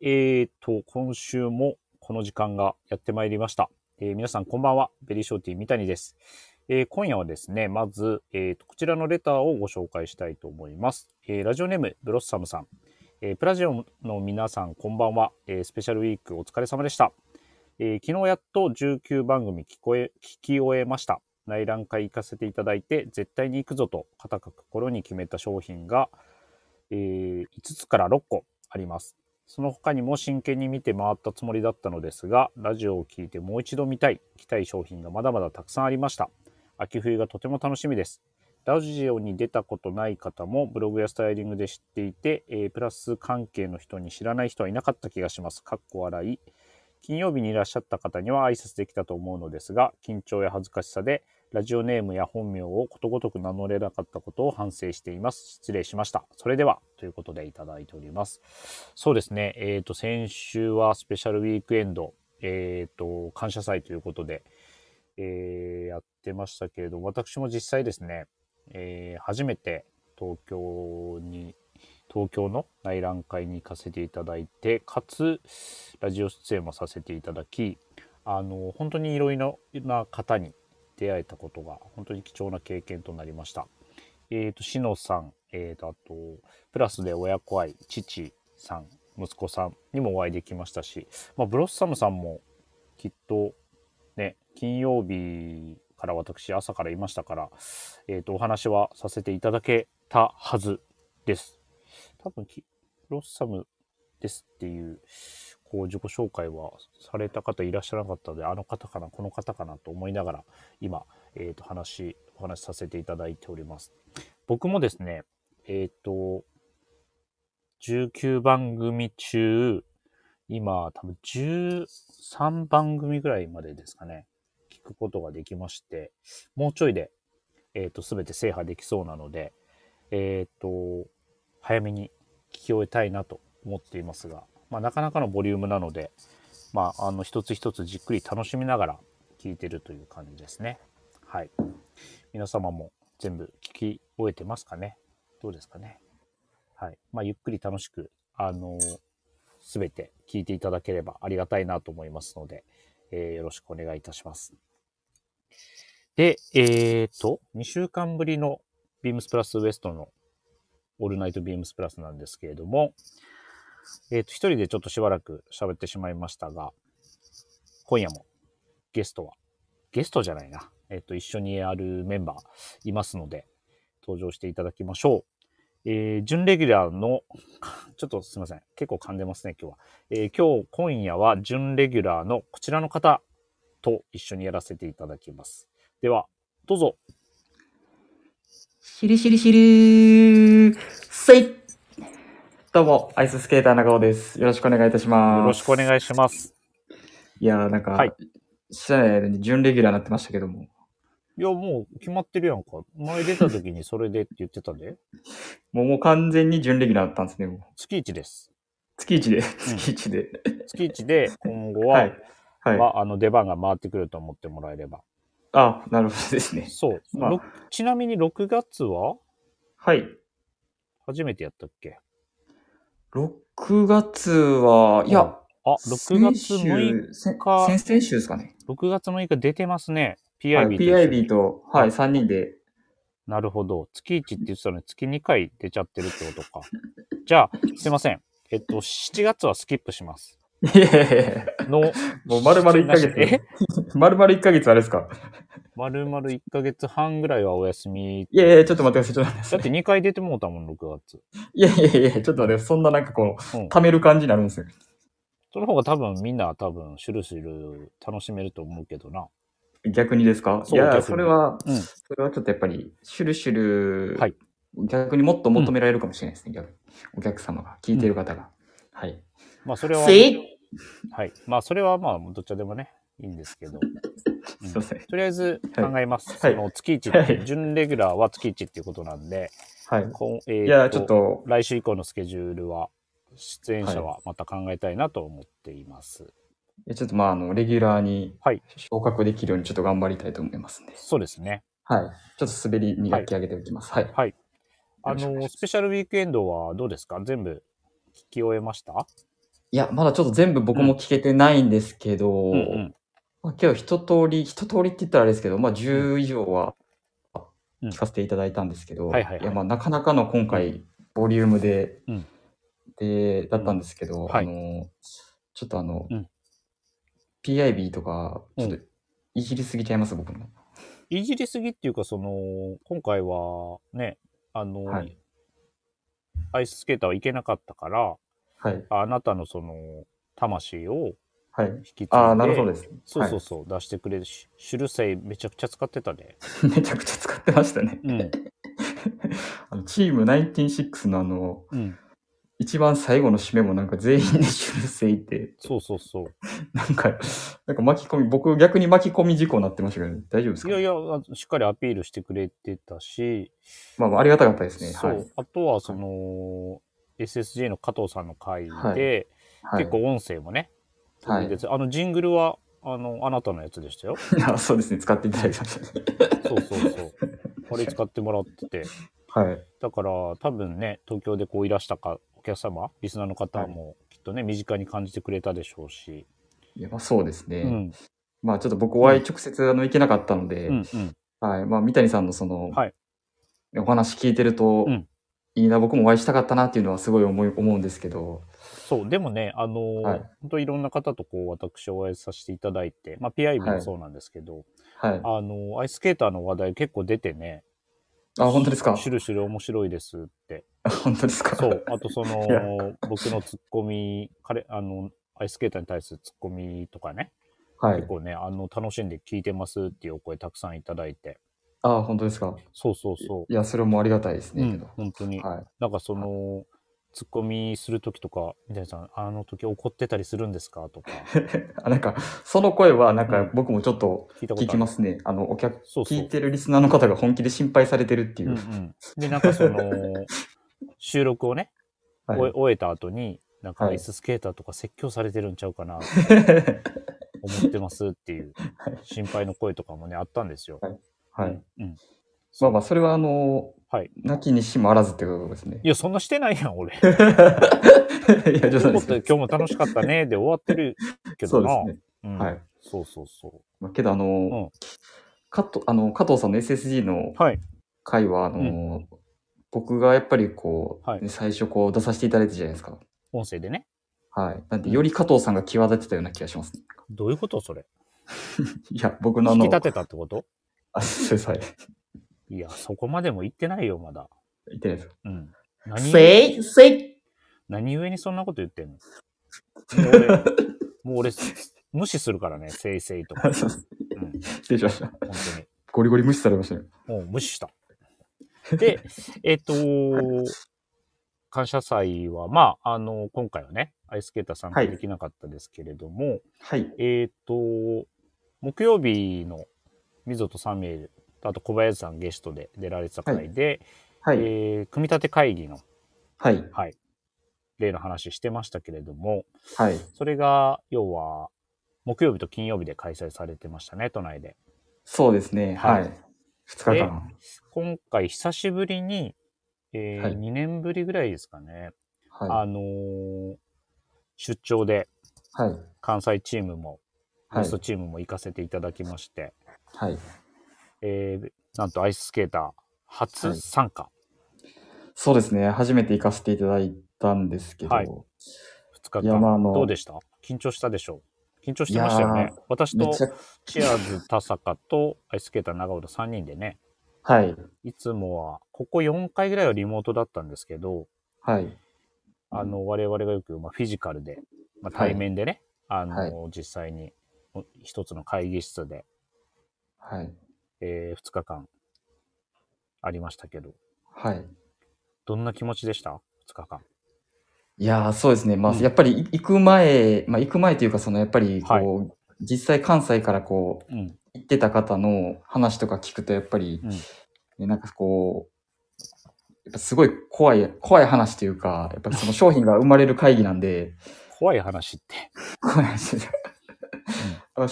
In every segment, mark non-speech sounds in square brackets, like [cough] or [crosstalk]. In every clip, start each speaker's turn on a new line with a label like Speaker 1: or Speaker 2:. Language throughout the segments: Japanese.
Speaker 1: えーと、今週もこの時間がやってまいりました。えー皆さんこんばんは。ベリーショーティー三谷です。えー今夜はですね、まず、えーと、こちらのレターをご紹介したいと思います。えーラジオネーム、ブロッサムさん。えープラジオの皆さんこんばんは、えースペシャルウィークお疲れ様でした。えー昨日やっと19番組聞こえ聞き終えました。内覧会行かせていただいて、絶対に行くぞと固く心に決めた商品が、えー5つから6個あります。その他にも真剣に見て回ったつもりだったのですが、ラジオを聞いてもう一度見たい、着たい商品がまだまだたくさんありました。秋冬がとても楽しみです。ラジオに出たことない方もブログやスタイリングで知っていて、えープラス関係の人に知らない人はいなかった気がします。かっこ笑い。金曜日にいらっしゃった方には挨拶できたと思うのですが、緊張や恥ずかしさで、ラジオネームや本名をことごとく名乗れなかったことを反省しています。失礼しました。それでは、ということでいただいております。そうですね、えっ、と、先週はスペシャルウィークエンド、えっ、と、感謝祭ということで、えーやってましたけれど、私も実際ですね、えー初めて東京に、東京の内覧会に行かせていただいて、かつ、ラジオ出演もさせていただき、あの、本当にいろいろな方に出会えたことが、本当に貴重な経験となりました。えっ、と、しのさん、えっ、と、あと、プラスで親子愛、父さん、息子さんにもお会いできましたし、まあ、ブロッサムさんもきっとね、金曜日から私、朝からいましたから、えっ、と、お話はさせていただけたはずです。多分き、ブロッサムですっていう、こう、自己紹介はされた方いらっしゃらなかったので、あの方かな、この方かなと思いながら、今、えっ、と、話、お話しさせていただいております。僕もですね、えっ、と、19番組中、今、多分13番組ぐらいまでですかね、聞くことができまして、もうちょいで、えっ、と、すべて制覇できそうなので、えっ、と、早めに聞き終えたいなと思っていますが、まあ、なかなかのボリュームなので、まあ、あの、一つ一つじっくり楽しみながら聞いてるという感じですね。はい。皆様も全部聞き終えてますかねどうですかねはい。まあ、ゆっくり楽しく、あのすべて聞いていただければありがたいなと思いますので、えーよろしくお願いいたします。で、えっ、と、2週間ぶりのビームスプラスウエストのオールナイトビームスプラスなんですけれども、えっ、と、一人でちょっとしばらく喋ってしまいましたが、今夜もゲストは、ゲストじゃないな、えっ、と、一緒にやるメンバーいますので、登場していただきましょう。えー、準レギュラーの、 [laughs] ちょっとすいません。結構噛んでますね、今日は。えー今日、今夜は準レギュラーのこちらの方と一緒にやらせていただきます。では、どうぞ。
Speaker 2: しるしるしるせいどうも、アイススケーター中尾です。よろしくお願いいたします。
Speaker 1: よろしくお願
Speaker 2: い
Speaker 1: いします。
Speaker 2: いやー、なんか、
Speaker 1: はい
Speaker 2: 知らない間に準レギュラーになってましたけども、
Speaker 1: いや、もう決まってるやんか。前出た時にそれでって言ってたで。
Speaker 2: もうもう完全に準レギュラーだったんですね、もう。
Speaker 1: 月1です。
Speaker 2: 月一で、月一で。
Speaker 1: 月1で今後
Speaker 2: は
Speaker 1: は、
Speaker 2: い。はい。
Speaker 1: まあ、あの出番が回ってくると思ってもらえれば。
Speaker 2: あ、なるほどですね。
Speaker 1: そう。
Speaker 2: まあ
Speaker 1: ろちなみに6月は
Speaker 2: はい。
Speaker 1: 初めてやったっけ
Speaker 2: 6月は、いや、
Speaker 1: あ、6月
Speaker 2: 先
Speaker 1: 6日、
Speaker 2: 週せ先々週ですかね。
Speaker 1: 6月6日出てますね。
Speaker 2: はい
Speaker 1: PIB と一緒に
Speaker 2: PIB と、はい、3人で。
Speaker 1: なるほど。月1って言ってたのに月2回出ちゃってるってことか。じゃあ、すいません。えっと、7月はスキップします。
Speaker 2: いやいやいや
Speaker 1: の、
Speaker 2: もう丸々1ヶ
Speaker 1: [laughs]
Speaker 2: 月。
Speaker 1: え
Speaker 2: 丸々1ヶ月あれですか
Speaker 1: 丸々1ヶ月半ぐらいはお休み。
Speaker 2: いやいや、ちょっと待ってくださ
Speaker 1: だっ
Speaker 2: い。ちょってと待ってください。
Speaker 1: 2回出てもうたもん、6月。
Speaker 2: いやいやいや、ちょっと待って、そんななんかこう、
Speaker 1: うん
Speaker 2: 溜める感じになるんですよ。
Speaker 1: その方が多分みんな多分、シュルシュル楽しめると思うけどな。
Speaker 2: 逆にですかい
Speaker 1: そう逆
Speaker 2: や、
Speaker 1: に
Speaker 2: それは、
Speaker 1: うん
Speaker 2: それはちょっとやっぱり、シュルシュル、
Speaker 1: はい
Speaker 2: 逆にもっと求められるかもしれないですね、逆にお客様が、聞いてる方が。はい。
Speaker 1: まあ、それは、
Speaker 2: せい
Speaker 1: はい。まあ、それはまあ、どっちでもね、いいんですけど。うん
Speaker 2: すいません。
Speaker 1: とりあえず考えます。
Speaker 2: はい
Speaker 1: その月1って、
Speaker 2: はい
Speaker 1: 準レギュラーは月1っていうことなんで、
Speaker 2: はい。
Speaker 1: こうえー
Speaker 2: いや、ちょっと、
Speaker 1: 来週以降のスケジュールは、出演者はまた考えたいなと思っています。
Speaker 2: いやちょっとまあ、あの、レギュラーに
Speaker 1: はい
Speaker 2: 昇格できるようにちょっと頑張りたいと思いますんで。
Speaker 1: そうですね。
Speaker 2: はい。ちょっと滑り磨き上げておきます。はい。
Speaker 1: はい。あ
Speaker 2: よろしくお願いし
Speaker 1: の、
Speaker 2: ます
Speaker 1: スペシャルウィークエンドはどうですか全部聞き終えました
Speaker 2: いや、まだちょっと全部僕も聞けてないんですけど、
Speaker 1: うんうん
Speaker 2: まあ、今日一通り、一通りって言ったらあれですけど、まあ10以上は
Speaker 1: うん
Speaker 2: 聞かせていただいたんですけど、
Speaker 1: はいはいはい
Speaker 2: やまあなかなかの今回、ボリュームで、
Speaker 1: うん
Speaker 2: で、だったんですけど、
Speaker 1: はい
Speaker 2: あの、ちょっとあの、
Speaker 1: うん
Speaker 2: PIB とか、ちょっと
Speaker 1: う
Speaker 2: いじりすぎちゃいます、僕も。
Speaker 1: いじりすぎっていうか、その、今回はね、あの、
Speaker 2: はい
Speaker 1: アイススケーターは行けなかったから、
Speaker 2: はい。
Speaker 1: あなたのその、魂を
Speaker 2: はい。
Speaker 1: 引き継いで、
Speaker 2: ああ、なるほどです。 [laughs]
Speaker 1: そうそうそう、出してくれるし、シュルセイめちゃくちゃ使ってたね。
Speaker 2: はい。めちゃくちゃ使ってましたね。
Speaker 1: うん。
Speaker 2: あのチーム196のあの、
Speaker 1: うん。
Speaker 2: 一番最後の締めもなんか全員で修正って、
Speaker 1: そうそうそう。
Speaker 2: なんか、なんか巻き込み、僕逆に巻き込み事故になってましたけど、大丈夫です
Speaker 1: い
Speaker 2: か
Speaker 1: やいや、あしっかりアピールしてくれてたし、
Speaker 2: まあまあ、ありがたかったですね。
Speaker 1: そ
Speaker 2: は
Speaker 1: う、
Speaker 2: い。
Speaker 1: あとはその、SSJ の加藤さんの回で、
Speaker 2: はいはい、
Speaker 1: 結構音声もね、
Speaker 2: は
Speaker 1: 届
Speaker 2: い
Speaker 1: いててあのジングルはあのあなたのやつでしたよ。
Speaker 2: [laughs] あそうですね、使っていただきましたね。
Speaker 1: そうそう
Speaker 2: [laughs]
Speaker 1: そう。あれ使ってもらってて。
Speaker 2: はい。
Speaker 1: だから多分ね、東京でこういらしたかお客様、リスナーの方もきっとね、身近に感じてくれたでしょうし。
Speaker 2: いや、まあそうですね。
Speaker 1: うん。
Speaker 2: まあちょっと僕お会い直接あの行けなかったので、
Speaker 1: うんうん。
Speaker 2: はい。まあ三谷さんのその、
Speaker 1: はい
Speaker 2: お話聞いてると、
Speaker 1: うん
Speaker 2: いいな、僕もお会いしたかったなっていうのはすごい思い思うんですけど、
Speaker 1: そう、でもね、あのー
Speaker 2: はい
Speaker 1: 本当いろんな方とこう私お会いさせていただいて、まあ PIB もそうなんですけど、
Speaker 2: はい。
Speaker 1: あのーアイススケーターの話題結構出てね、
Speaker 2: あ、本当ですか
Speaker 1: シュルシュル面白いです
Speaker 2: [laughs]
Speaker 1: って。
Speaker 2: 本当ですか
Speaker 1: そう。あとそ
Speaker 2: いや
Speaker 1: の、僕のツッコミ、彼、あの、アイススケーターに対するツッコミとかね、
Speaker 2: はい
Speaker 1: 結。構ね、あの、楽しんで聞いてますっていうお声たくさんいただいて、
Speaker 2: あ、本当ですか
Speaker 1: そうそうそ
Speaker 2: いや、それもありがたいです
Speaker 1: う。う
Speaker 2: ね。け
Speaker 1: ん
Speaker 2: ど、
Speaker 1: 本当に。
Speaker 2: はい。
Speaker 1: なんかその、ツッコミするときとか、みたいなさん、あの時怒ってたりするんですかとか、
Speaker 2: あなんか、その声は、なん
Speaker 1: う
Speaker 2: か
Speaker 1: ん、
Speaker 2: 僕もちょっと
Speaker 1: 聞いたことある。
Speaker 2: 聞きますね。あの、お客、
Speaker 1: そうそう
Speaker 2: 聞いてるリスナーの方が本気で心配されてるっていう。
Speaker 1: うんうん、で、なんかその、収録をね、終
Speaker 2: は
Speaker 1: え
Speaker 2: い、
Speaker 1: 終えた後に、なんか
Speaker 2: はい
Speaker 1: アイススケーターとか説教されてるんちゃうかな、思ってますっていう
Speaker 2: はい
Speaker 1: 心配の声とかもね、あったんですよ。
Speaker 2: [laughs] はい。。
Speaker 1: うん。
Speaker 2: まあまあ、それは、あの、
Speaker 1: はい
Speaker 2: 泣きにしもあらずってことですね。
Speaker 1: いや、そんなしてないやん、俺。
Speaker 2: [laughs] いや、冗談
Speaker 1: も
Speaker 2: で
Speaker 1: っ
Speaker 2: す
Speaker 1: と
Speaker 2: けど
Speaker 1: 今日も楽しかったね、で終わって
Speaker 2: [laughs]
Speaker 1: るけど
Speaker 2: そうで
Speaker 1: な。
Speaker 2: すね。
Speaker 1: うん
Speaker 2: はい。
Speaker 1: そうそうそ
Speaker 2: まあ、けど、あの、
Speaker 1: ん
Speaker 2: 加藤、あの、加藤さんの SSG の
Speaker 1: う。はい。
Speaker 2: 回は、あの、
Speaker 1: う
Speaker 2: 僕がやっぱりこう、
Speaker 1: はい
Speaker 2: ね最初こう出させていただいたじゃないですか。
Speaker 1: 音声でね。
Speaker 2: はい。なんで、より加藤さんが際立ってたような気がしますね。 [laughs]
Speaker 1: どういうことそれ。
Speaker 2: いや、僕のあ
Speaker 1: 引き
Speaker 2: の、
Speaker 1: 立てたってこと
Speaker 2: あ、すいませんはい。
Speaker 1: いや、そこまでも言ってないよ、まだ。
Speaker 2: 言ってないです。
Speaker 1: うん。
Speaker 2: せいせい [laughs]
Speaker 1: 何故にそんなこと言ってんのもう俺、もう俺、無視するからね、せいせいとか。
Speaker 2: 失
Speaker 1: うん、本
Speaker 2: 礼しました。
Speaker 1: 当に。
Speaker 2: ゴリゴリ無視されましたね。
Speaker 1: もう無視した。で、えっ、と、感謝祭は、まあ、あの、今回はね、アイスケーター参加
Speaker 2: はい
Speaker 1: できなかったですけれども、
Speaker 2: はい。
Speaker 1: えっ、と、木曜日の溝とサミュエル、あと小林さんゲストで出られてた回で、
Speaker 2: はい。
Speaker 1: えー組み立て会議の
Speaker 2: はい。
Speaker 1: 例の話してましたけれども、
Speaker 2: はい。
Speaker 1: それが、要は、木曜日と金曜日で開催されてましたね、都内で。
Speaker 2: そうですね。
Speaker 1: は
Speaker 2: はいい。二日間。
Speaker 1: 今回、久しぶりに、えー
Speaker 2: はい
Speaker 1: 2年ぶりぐらいですかね、
Speaker 2: は
Speaker 1: あのー出張で
Speaker 2: い。はい。
Speaker 1: 関西チームも、
Speaker 2: は
Speaker 1: ゲ
Speaker 2: い
Speaker 1: ストチームも行かせていただきまして、
Speaker 2: はい。
Speaker 1: えーなんとアイススケーター初参加、
Speaker 2: そうですね。初めて行かせていただいたんですけど。
Speaker 1: はい2
Speaker 2: い
Speaker 1: 日
Speaker 2: や、まあ、
Speaker 1: 間、
Speaker 2: あの、
Speaker 1: どうでした緊張したでしょう緊張してましたよ
Speaker 2: いや
Speaker 1: ね。私
Speaker 2: め
Speaker 1: と
Speaker 2: ちゃ、
Speaker 1: チアーズ田坂とアイススケーター長尾の3人でね、
Speaker 2: はい。
Speaker 1: いつもは、ここ4回ぐらいはリモートだったんですけど、
Speaker 2: はい。
Speaker 1: あの、我々がよく、まあ、フィジカルで、まあ、
Speaker 2: はい
Speaker 1: 対面でね、あの、実際に、お一つの会議室で、
Speaker 2: はい。
Speaker 1: え2日間、ありましたけど、
Speaker 2: はい。
Speaker 1: どんな気持ちでした ?2 日間。
Speaker 2: いやー、そうですね。まあ、
Speaker 1: うん
Speaker 2: やっぱり行く前、まあ、行く前というか、その、やっぱり、こう、
Speaker 1: はい
Speaker 2: 実際関西からこう、
Speaker 1: うん。
Speaker 2: 行ってた方の話とか聞くとやっぱり、
Speaker 1: うん
Speaker 2: ねなんかこうやっぱすごい怖い怖い話というかやっぱりその商品が生まれる会議なんで
Speaker 1: 怖い話って。
Speaker 2: 怖い話です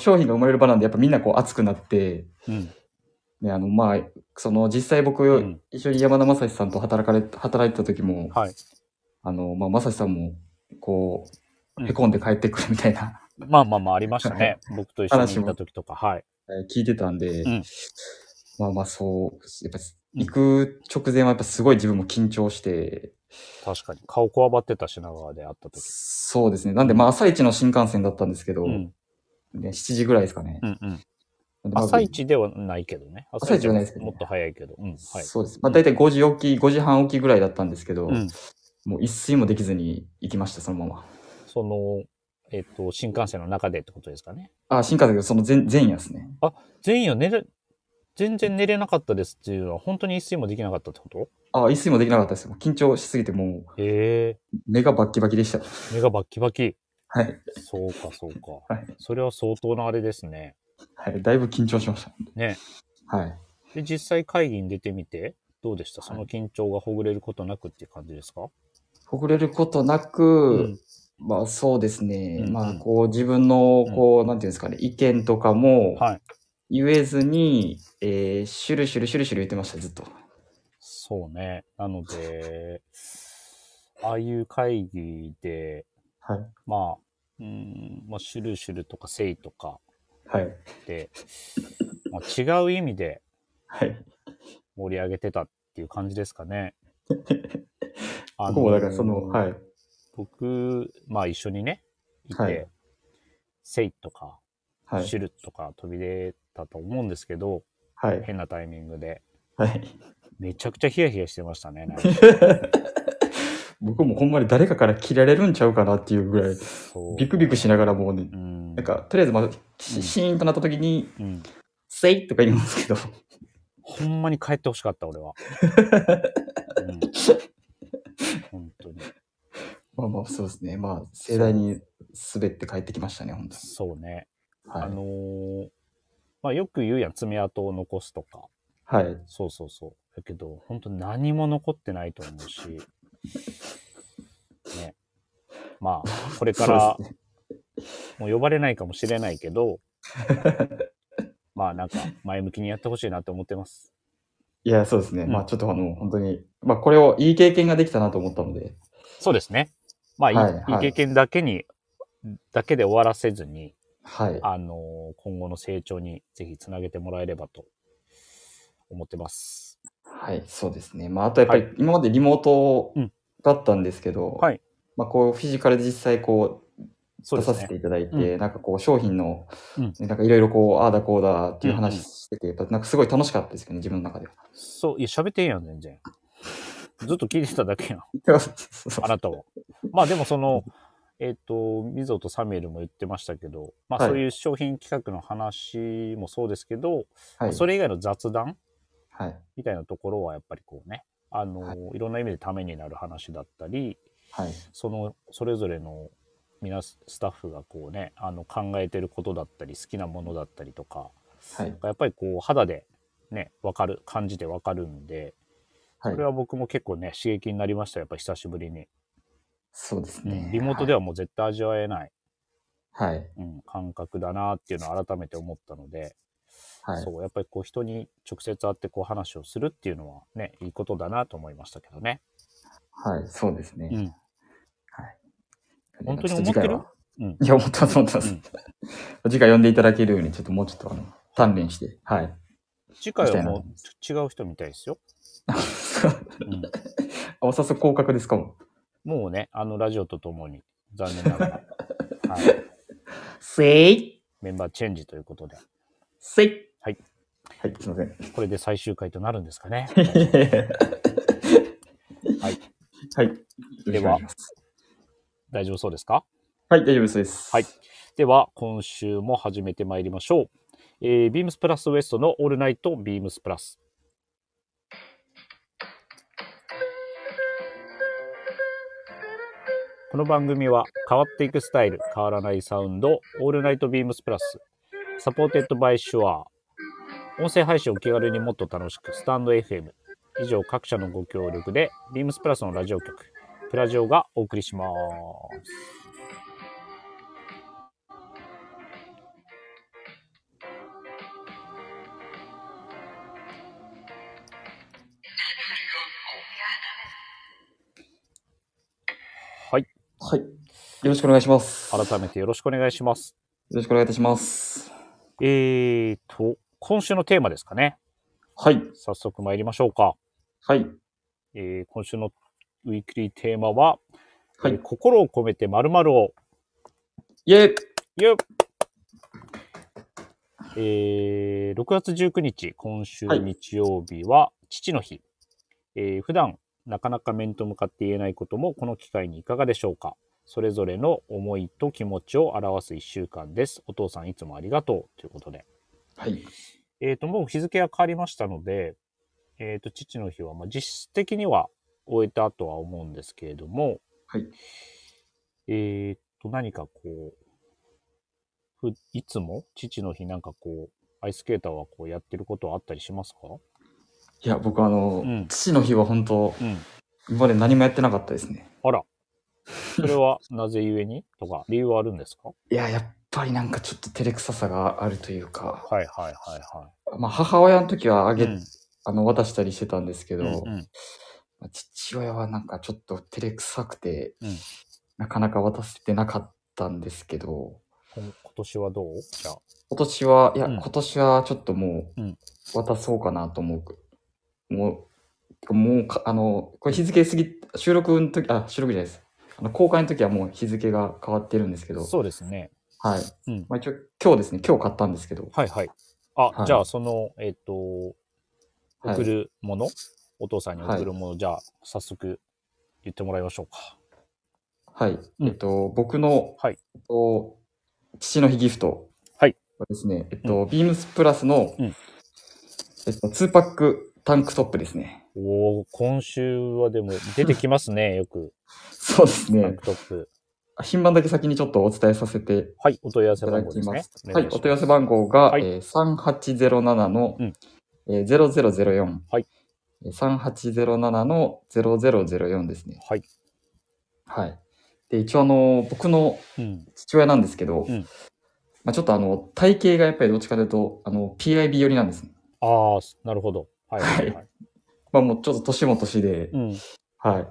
Speaker 2: 商品が生まれる場なんでやっぱみんなこう熱くなって、
Speaker 1: うん。
Speaker 2: ね、あのまあその実際僕、
Speaker 1: うん
Speaker 2: 一緒に山田正史さんと働かれ働いてた時も、
Speaker 1: はい。
Speaker 2: あのまあ、正史さんもこう
Speaker 1: うん
Speaker 2: へこんで帰ってくるみたいな、 [laughs]
Speaker 1: まあまあまあ、ありましたね。僕と一緒に行った時とか、はい。
Speaker 2: えー聞いてたんで、
Speaker 1: うん
Speaker 2: まあまあそう、やっぱ
Speaker 1: うん
Speaker 2: 行く直前はやっぱすごい自分も緊張して、
Speaker 1: 確かに。顔こわばってた品川で会った時。
Speaker 2: そうですね。なんでまあ朝一の新幹線だったんですけど、
Speaker 1: うん。
Speaker 2: ね、7時ぐらいですかね。
Speaker 1: うんうん。
Speaker 2: なんでまあ
Speaker 1: 朝一ではないけどね。
Speaker 2: 朝一じゃないですけど
Speaker 1: もっと早いけど。うん。はい。
Speaker 2: そうです。まあ大体5時起き、5時半起きぐらいだったんですけど、
Speaker 1: うん。
Speaker 2: もう一睡もできずに行きました、そのまま。
Speaker 1: その、えっ、と、新幹線の中でってことですかね。
Speaker 2: あ、新幹線、その前前夜ですね。
Speaker 1: 全員は寝れ、全然寝れなかったですっていうのは、本当に一睡もできなかったってこと
Speaker 2: あ、一睡もできなかったです。もう緊張しすぎて、も
Speaker 1: ええ
Speaker 2: う目がバッキバキでした。
Speaker 1: 目がバッキバキ。
Speaker 2: はい。
Speaker 1: そうか、そうか。
Speaker 2: はい。
Speaker 1: それは相当なあれですね。
Speaker 2: はい、だいぶ緊張しました。
Speaker 1: ね。
Speaker 2: はい。
Speaker 1: で、実際会議に出てみて、どうでしたその緊張がほぐれることなくっていう感じですか、
Speaker 2: ほぐれることなく、
Speaker 1: うん。
Speaker 2: まあそうですね。
Speaker 1: うん
Speaker 2: まあこう自分の
Speaker 1: うん、
Speaker 2: こう、なんていうんですかね、意見とかも
Speaker 1: はい。
Speaker 2: 言えずに、えー、シュルシュルシュルシュル言ってました、ずっと。
Speaker 1: そうね。なので、ああいう会議で、
Speaker 2: はい。
Speaker 1: まあ、うん、まあ、シュルシュルとかセイとか
Speaker 2: はい。
Speaker 1: で、まあ、違う意味で
Speaker 2: はい。
Speaker 1: 盛り上げてたっていう感じですかね。
Speaker 2: [laughs]
Speaker 1: あ
Speaker 2: 僕もだからその、はい。
Speaker 1: 僕、まあ一緒にね、いて、
Speaker 2: はい
Speaker 1: セイとか、
Speaker 2: はい。
Speaker 1: シュルとか飛び出たと思うんですけど、
Speaker 2: はい。
Speaker 1: 変なタイミングで、
Speaker 2: はい。
Speaker 1: めちゃくちゃヒヤヒヤしてましたね。
Speaker 2: [laughs]
Speaker 1: なんか
Speaker 2: 僕もほんまに誰かから切られるんちゃうかなっていうぐらい、
Speaker 1: そう
Speaker 2: ビクビクしながらもうね
Speaker 1: う、ん。
Speaker 2: なんか、とりあえずまあ、シシーンとなった時に、
Speaker 1: うん、
Speaker 2: せいとか言いますけど、
Speaker 1: ほんまに帰ってほしかった、俺は。うん、本当に。
Speaker 2: [laughs] まあまあ、そうですね。まあ、盛大に滑って帰ってきましたね、本当に。
Speaker 1: そうね。あ
Speaker 2: はい。
Speaker 1: のーまあ、よく言うやん、爪痕を残すとか。
Speaker 2: はい。
Speaker 1: そうそうそう。だけど、本当何も残ってないと思うし。ね。まあ、これから
Speaker 2: そうですね
Speaker 1: もう呼ばれないかもしれないけど、まあなんか前向きにやってほしいなって思ってます。
Speaker 2: いや、そうですね。
Speaker 1: うん
Speaker 2: まあ、ちょっとあの、本当に、まあ、これをいい経験ができたなと思ったので、
Speaker 1: そうですね。まあいい,、
Speaker 2: はいい
Speaker 1: い、
Speaker 2: はい
Speaker 1: 経験だけに、だけで終わらせずに、
Speaker 2: はい。
Speaker 1: あのー今後の成長にぜひつなげてもらえればと思ってます。
Speaker 2: はい、そうですね。まあ、あとやっぱり、今までリモート
Speaker 1: うん
Speaker 2: だったんですけど、
Speaker 1: はい
Speaker 2: まあ、こう、フィジカルで実際、こう、
Speaker 1: そう
Speaker 2: 出
Speaker 1: です
Speaker 2: させ
Speaker 1: ね
Speaker 2: て。いただいて、
Speaker 1: う
Speaker 2: なんかこう商品の、
Speaker 1: うん
Speaker 2: ねなんかいろいろこう、ああだこうだっていう
Speaker 1: うんう
Speaker 2: 話
Speaker 1: ん
Speaker 2: してて、やっぱなんかすごい楽しかったですけどね、自分の中では。
Speaker 1: そう、いや、喋ってんやん、全然。ずっと聞いてただけ
Speaker 2: [laughs]
Speaker 1: やん、あなたは。まあでもその、えっ、と、みぞとサミュエルも言ってましたけど、まあ
Speaker 2: はい
Speaker 1: そういう商品企画の話もそうですけど、
Speaker 2: はい。
Speaker 1: それ以外の雑談
Speaker 2: はい。
Speaker 1: みたいなところはやっぱりこうね、あの、、
Speaker 2: はい
Speaker 1: ろんな意味でためになる話だったり、
Speaker 2: はい。
Speaker 1: その、それぞれの皆スタッフがこうね、あの考えてることだったり、好きなものだったりとか、
Speaker 2: はい。
Speaker 1: やっぱりこう肌でね、わかる、感じてわかるんで、
Speaker 2: は
Speaker 1: それ
Speaker 2: い。
Speaker 1: は僕も結構ね、刺激になりましたよ、やっぱ久しぶりに。
Speaker 2: そうです
Speaker 1: うん
Speaker 2: ね。
Speaker 1: リモートではもう絶対味わえない、
Speaker 2: はい。はい。
Speaker 1: うん、感覚だなっていうのを改めて思ったので、
Speaker 2: はい。
Speaker 1: そう、やっぱりこう人に直接会ってこう話をするっていうのはね、いいことだなと思いましたけどね。
Speaker 2: はいそうですね。
Speaker 1: うん。
Speaker 2: なんかちょ
Speaker 1: 本当に思
Speaker 2: と
Speaker 1: ってる
Speaker 2: 次回は
Speaker 1: うん
Speaker 2: いや、思ってます、思ってます。
Speaker 1: うん
Speaker 2: 次回読んでいただけるように、ちょっともうちょっとあの、鍛錬して、 [laughs] はい。
Speaker 1: 次回はもう違う人みたいですよ。うん、
Speaker 2: あ、早速、降格ですかも。
Speaker 1: もうね、あのラジオとともに、残念ながら、はい、
Speaker 2: せい
Speaker 1: メンバーチェンジということで、
Speaker 2: せい
Speaker 1: はい。
Speaker 2: はい、すいません。
Speaker 1: これで最終回となるんですかね。
Speaker 2: はい。はい。
Speaker 1: では大丈夫そうですか
Speaker 2: はい、大丈夫ですです。
Speaker 1: はい。では、今週も始めてまいりましょう。えー、ビームスプラスウエストのオールナイトビームスプラス。この番組は変わっていくスタイル、変わらないサウンド、オールナイトビームスプラス、サポーテッドバイシュアー、音声配信を気軽にもっと楽しく、スタンド FM、以上各社のご協力で、ビームスプラスのラジオ局、プラジオがお送りします。
Speaker 2: はい。よろしくお願いします。よ
Speaker 1: 改めてよろしくお願いします。
Speaker 2: ろしくお願いいたします。
Speaker 1: えーと、今週のテーマですかね。
Speaker 2: はい。
Speaker 1: 早速参りましょうか。
Speaker 2: はい。
Speaker 1: えー今週のウィークリーテーマは、
Speaker 2: はい
Speaker 1: えー心を込めて〇〇を
Speaker 2: イェイ
Speaker 1: 言う、えー、6月19日、今週
Speaker 2: はい
Speaker 1: 日曜日は父の日。えー普段なかなか面と向かって言えないこともこの機会にいかがでしょうかそれぞれの思いと気持ちを表す1週間です。お父さんいつもありがとうということで。
Speaker 2: はい。
Speaker 1: えっ、と、もう日付が変わりましたので、えっ、と、父の日は、まあ、実質的には終えたとは思うんですけれども、
Speaker 2: はい。
Speaker 1: えっ、と、何かこう、ふいつも父の日なんかこう、アイスケーターはこうやってることはあったりしますか
Speaker 2: いや、僕あの、
Speaker 1: うん
Speaker 2: 父の日は本当、
Speaker 1: うん。
Speaker 2: 今まで何もやってなかったですね。
Speaker 1: あら。それは [laughs] なぜゆえにとか、理由はあるんですか
Speaker 2: いや、やっぱりなんかちょっと照れくささがあるというか、
Speaker 1: はいはいは
Speaker 2: まあ母親の時はあ
Speaker 1: いはい。
Speaker 2: げ、
Speaker 1: うん
Speaker 2: あの、渡したりしてたんですけど、
Speaker 1: うんうん
Speaker 2: まあ父親はなんかちょっと照れくさくて、
Speaker 1: うん
Speaker 2: なかなか渡せてなかったんですけど、
Speaker 1: こん今年はどうじゃあ。
Speaker 2: 今年は、いや、
Speaker 1: うん
Speaker 2: 今年はちょっともう
Speaker 1: うん、
Speaker 2: 渡そうかなと思うく。もう、もうか、あの、これ日付過ぎ、収録の時、あ、収録じゃないです。あの公開の時はもう日付が変わってるんですけど、
Speaker 1: そうですね。
Speaker 2: はい。
Speaker 1: うん。
Speaker 2: まあ一応、今日ですね、今日買ったんですけど、
Speaker 1: はいはい。あ、
Speaker 2: はい
Speaker 1: じゃあその、えっ、と、
Speaker 2: はい
Speaker 1: 送るもの、お父さんに
Speaker 2: はい
Speaker 1: 送るもの、じゃあ早速言ってもらいましょうか。
Speaker 2: はい。
Speaker 1: うん
Speaker 2: えっと、僕の、
Speaker 1: はい
Speaker 2: えっと、父の日ギフト
Speaker 1: はい
Speaker 2: ですね、えっと、ビームスプラスの、
Speaker 1: うん
Speaker 2: えっと、2パックタンクトップですね。
Speaker 1: おお今週はでも出てきますね、よく。
Speaker 2: そうです
Speaker 1: タン
Speaker 2: ね
Speaker 1: ク。トップ。
Speaker 2: 品番だけ先にちょっとお伝えさせて
Speaker 1: はい、お問い合わ
Speaker 2: い
Speaker 1: せ
Speaker 2: ただ
Speaker 1: 番号
Speaker 2: き
Speaker 1: です
Speaker 2: ま
Speaker 1: ね
Speaker 2: す。。
Speaker 1: お
Speaker 2: は
Speaker 1: 願し、
Speaker 2: い
Speaker 1: ま
Speaker 2: お問い合わせ番号が、
Speaker 1: はい
Speaker 2: えー、3807の、
Speaker 1: うん
Speaker 2: えー、0004。
Speaker 1: はい
Speaker 2: えー。3807の0004ですね。
Speaker 1: はい。
Speaker 2: はい。で、一応あの、僕の
Speaker 1: うん。
Speaker 2: 父親なんですけど、
Speaker 1: うん
Speaker 2: まあ、ちょっとあの体型がやっぱりどっちかというとあの PIB 寄りなんですね。
Speaker 1: ああ、なるほど。はいはいはい。
Speaker 2: まあもうちょっと年も年で、
Speaker 1: うん。
Speaker 2: はい。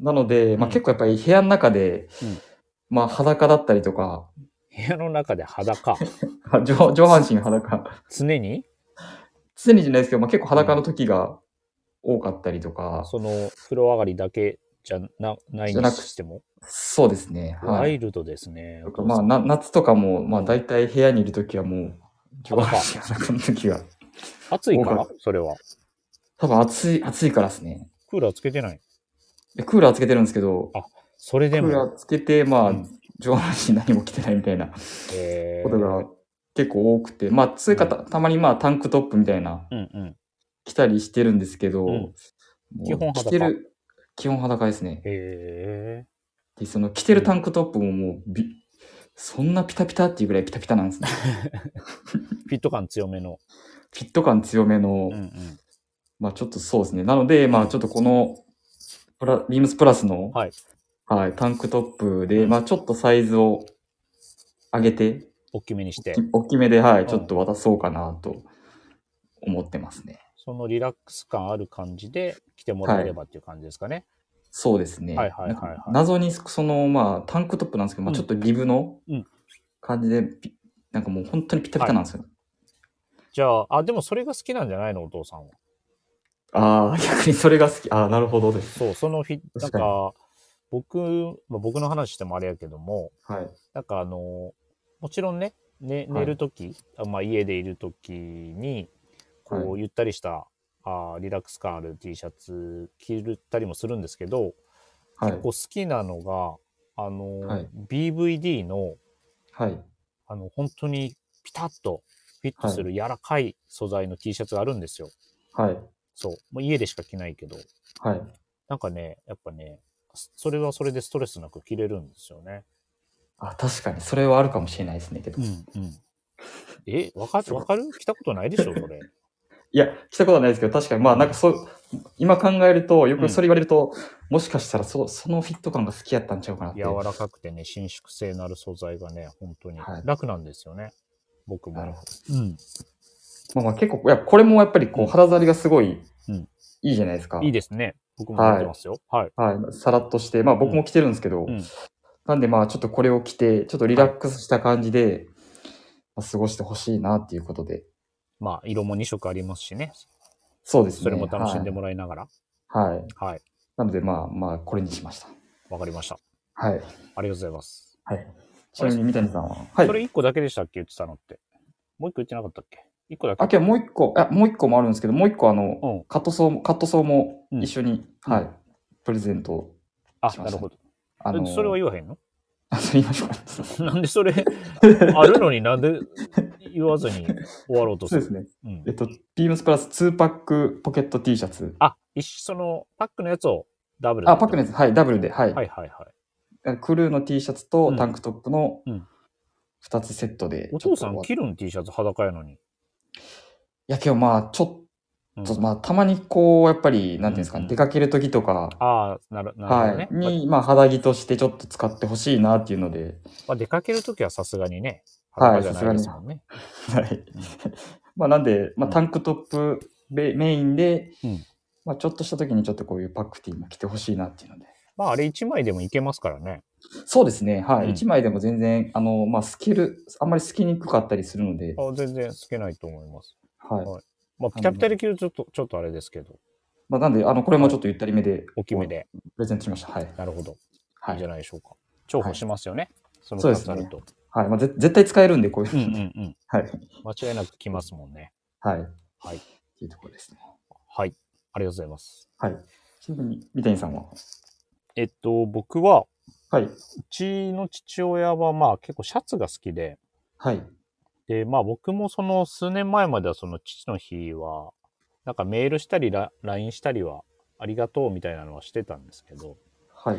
Speaker 2: なので、ま
Speaker 1: う
Speaker 2: あ、
Speaker 1: ん
Speaker 2: 結構やっぱり部屋の中で、
Speaker 1: うん
Speaker 2: まあ裸だったりとか、 [laughs]
Speaker 1: 部屋の中で裸。
Speaker 2: あ上上半身裸、
Speaker 1: 常に、
Speaker 2: 常にじゃないですけど、まあ、結構裸の時が多かったりとか、
Speaker 1: その、風呂上がりだけじゃなない
Speaker 2: じゃ
Speaker 1: に
Speaker 2: なく
Speaker 1: しても、
Speaker 2: そうですね。
Speaker 1: ワ
Speaker 2: は
Speaker 1: イ
Speaker 2: い。
Speaker 1: ルドですね。お父さん
Speaker 2: まあな夏とかも、まあ大体部屋にいる時はもう上半身裸の時が、
Speaker 1: 暑いか
Speaker 2: 多
Speaker 1: らそれは。
Speaker 2: 多分暑い、暑いからですね。
Speaker 1: クーラーつけてない。
Speaker 2: でクーラーつけてるんですけど、
Speaker 1: それで
Speaker 2: クーラ
Speaker 1: も、
Speaker 2: ーつけて、まあ、
Speaker 1: うん
Speaker 2: 上半身何も着てないみたいなこ
Speaker 1: え
Speaker 2: と
Speaker 1: ー、
Speaker 2: が結構多くて、まあ、そういう方、たまにまあ、タンクトップみたいな
Speaker 1: うんうん。
Speaker 2: 着たりしてるんですけど、
Speaker 1: うん
Speaker 2: もう
Speaker 1: 基本裸
Speaker 2: 着てる、基本裸ですね。
Speaker 1: え
Speaker 2: で、その着てるタンクトップももうび、そんなピタピタっていうぐらいピタピタなんですね。
Speaker 1: ー、フィット感強めの。
Speaker 2: フィット感強めの、
Speaker 1: うんうん。
Speaker 2: まあ、ちょっとそうですね。なので、まあ、ちょっとこの、プラビームスプラスの、
Speaker 1: はい
Speaker 2: はいタンクトップで、まあ、ちょっとサイズを上げて、
Speaker 1: 大きめにして。
Speaker 2: 大きめで、は
Speaker 1: うん
Speaker 2: い、ちょっと渡そうかなと思ってますね。
Speaker 1: そのリラックス感ある感じで来てもらえればっていう感じですかね。
Speaker 2: そうですね。
Speaker 1: はいはいはいはい
Speaker 2: なんか謎に、その、まあ、タンクトップなんですけど、ま
Speaker 1: うん
Speaker 2: あ、ちょっとリブの
Speaker 1: うん
Speaker 2: 感じで、ピなんかもう本当にピタピタなんですよ。
Speaker 1: じゃあ、あ、でもそれが好きなんじゃないのお父さんは。
Speaker 2: ああ、逆にそれが好き。ああ、なるほどです。
Speaker 1: そう、そのフィなん
Speaker 2: 確かに
Speaker 1: か、僕、まあ、僕の話してもあれやけども、
Speaker 2: はい。
Speaker 1: なんかあの、もちろんね、ね
Speaker 2: は
Speaker 1: 寝
Speaker 2: い
Speaker 1: るとき、あまあ、家でいるときに、こう、
Speaker 2: は
Speaker 1: ゆったりした、あーリラックス感ある T シャツ着るったりもするんですけど、
Speaker 2: はい
Speaker 1: 結構好きなのが、あの、
Speaker 2: はい
Speaker 1: BVD の、
Speaker 2: はい。
Speaker 1: あの、本当にピタッとフィットする柔らかい素材の T シャツがあるんですよ。
Speaker 2: はい。
Speaker 1: そう。もう家でしか着ないけど。
Speaker 2: はい。
Speaker 1: なんかね、やっぱね、それはそれでストレスなく着れるんですよね。
Speaker 2: あ確かに、それはあるかもしれないですね、けど。い
Speaker 1: ん、うん。え、わかるわかる着たことないでし [laughs] ょ、それ。
Speaker 2: や、来たことはないですけど、確かに、まあ、なんかそう、今考えると、よ
Speaker 1: うん
Speaker 2: くそれ言われると、もしかしたらそ、そのフィット感が好きやったんちゃうかなって。
Speaker 1: 柔らかくてね、伸縮性のある素材がね、本当に
Speaker 2: はい
Speaker 1: 楽なんですよね。僕も。
Speaker 2: なるほど。
Speaker 1: うん。
Speaker 2: まあまあ結構、いやこれもやっぱりこ
Speaker 1: うん
Speaker 2: う肌触りがすごい
Speaker 1: うん
Speaker 2: いいじゃないですか。
Speaker 1: いいですね。僕も持ってますよ。はい。
Speaker 2: はい、さらっとして、まあ僕も着てるんですけど、
Speaker 1: うん
Speaker 2: なんでまあちょっとこれを着て、ちょっとリラックスした感じで、まあ過ごしてほしいなっていうことで。
Speaker 1: まあ、色も2色ありますしね。
Speaker 2: そうですね。
Speaker 1: それも楽しんでもらいながら。
Speaker 2: はい。はい。
Speaker 1: はい。
Speaker 2: なのでまあまあこれにしました。
Speaker 1: わ、かりました。
Speaker 2: はい。
Speaker 1: ありがとうございます。
Speaker 2: はい。ちなみに三谷さんは。はい。
Speaker 1: それ1個だけでしたっけ言ってたのって。もう1個言ってなかったっけ ?1 個だけ。
Speaker 2: あ、今日もう一個、あ、もう一個もあるんですけど、もう一個あの、
Speaker 1: うん
Speaker 2: カットソーも、カットソーも
Speaker 1: うん
Speaker 2: 一緒に、
Speaker 1: うん
Speaker 2: はい、プレゼントを。
Speaker 1: あ、
Speaker 2: しま
Speaker 1: な
Speaker 2: した
Speaker 1: るほど。
Speaker 2: あの
Speaker 1: それは
Speaker 2: 言
Speaker 1: 言わへんの [laughs]
Speaker 2: [laughs] いましょうか。
Speaker 1: なんでそ
Speaker 2: [laughs]
Speaker 1: れ、あるのになんで言わずに終わろうとす
Speaker 2: そう
Speaker 1: る
Speaker 2: ですね。
Speaker 1: うん
Speaker 2: えっと、ビームスプラス2パックポケット T シャツ。
Speaker 1: あ、一緒その、パックのやつをダブルで
Speaker 2: あ、パックのやつ、はい、ダブルで、はい。
Speaker 1: はいはいはい。
Speaker 2: クルーの T シャツ
Speaker 1: う
Speaker 2: と
Speaker 1: ん
Speaker 2: タンクトップの
Speaker 1: うん
Speaker 2: 2つセットで。
Speaker 1: お父さ
Speaker 2: ち
Speaker 1: ん
Speaker 2: ょっとい
Speaker 1: 着るん T シャツ裸やのに。
Speaker 2: や、けどまあ、ちょ
Speaker 1: うん
Speaker 2: っと、まあ、たまにこう、やっぱり、なんていうんですか
Speaker 1: う
Speaker 2: ね、
Speaker 1: ん
Speaker 2: 出かける時とか、
Speaker 1: ああ、なるなるほど
Speaker 2: は
Speaker 1: ね
Speaker 2: い、。に、まあ、肌着としてちょっと使ってほしいなっていうので、
Speaker 1: まあ、出かけるときはさすがにね、
Speaker 2: は
Speaker 1: 裸
Speaker 2: い
Speaker 1: じゃないですもんね。
Speaker 2: はい。 [laughs] まあ、なんで、ま
Speaker 1: う
Speaker 2: あ、
Speaker 1: ん
Speaker 2: タンクトップべメインで、
Speaker 1: うん
Speaker 2: まあ、ちょっとした時にちょっとこういうパックティーも着てほしいなっていうので。
Speaker 1: まあ、あれ1枚でもいけますからね。
Speaker 2: そうですね。はい。
Speaker 1: うん
Speaker 2: 一1枚でも全然、あの、まあ、透ける、あんまり透けにくかったりするので、
Speaker 1: あ全然透けないと思います。
Speaker 2: はい。
Speaker 1: はいまあ、ピタピタで着るとちょっと、ちょっとあれですけど、
Speaker 2: まあ、なんで、あの、これもちょっとゆったりめで、
Speaker 1: 大きめ。で。
Speaker 2: プレゼントしました。はい。
Speaker 1: なるほど。い
Speaker 2: はい
Speaker 1: んじゃ
Speaker 2: い。
Speaker 1: ないでしょうか。重宝しますよね。その
Speaker 2: そう
Speaker 1: 2
Speaker 2: です
Speaker 1: つあ
Speaker 2: ね
Speaker 1: ると。
Speaker 2: はい。まあ、ぜ絶対使えるんで、こういうう。
Speaker 1: んうんうん。
Speaker 2: [laughs] はい。
Speaker 1: 間違いなく着ますもんね。
Speaker 2: はい。
Speaker 1: はい
Speaker 2: っていうところですね。
Speaker 1: はい。ありがとうございます。
Speaker 2: はい。ちなみに、三谷さんは
Speaker 1: えっと、僕は、
Speaker 2: はい。
Speaker 1: うちの父親はまあ結構シャツが好きで、
Speaker 2: はい。
Speaker 1: で、まあ僕もその数年前まではその父の日は、なんかメールしたりラ LINE したりは、ありがとうみたいなのはしてたんですけど、
Speaker 2: はい。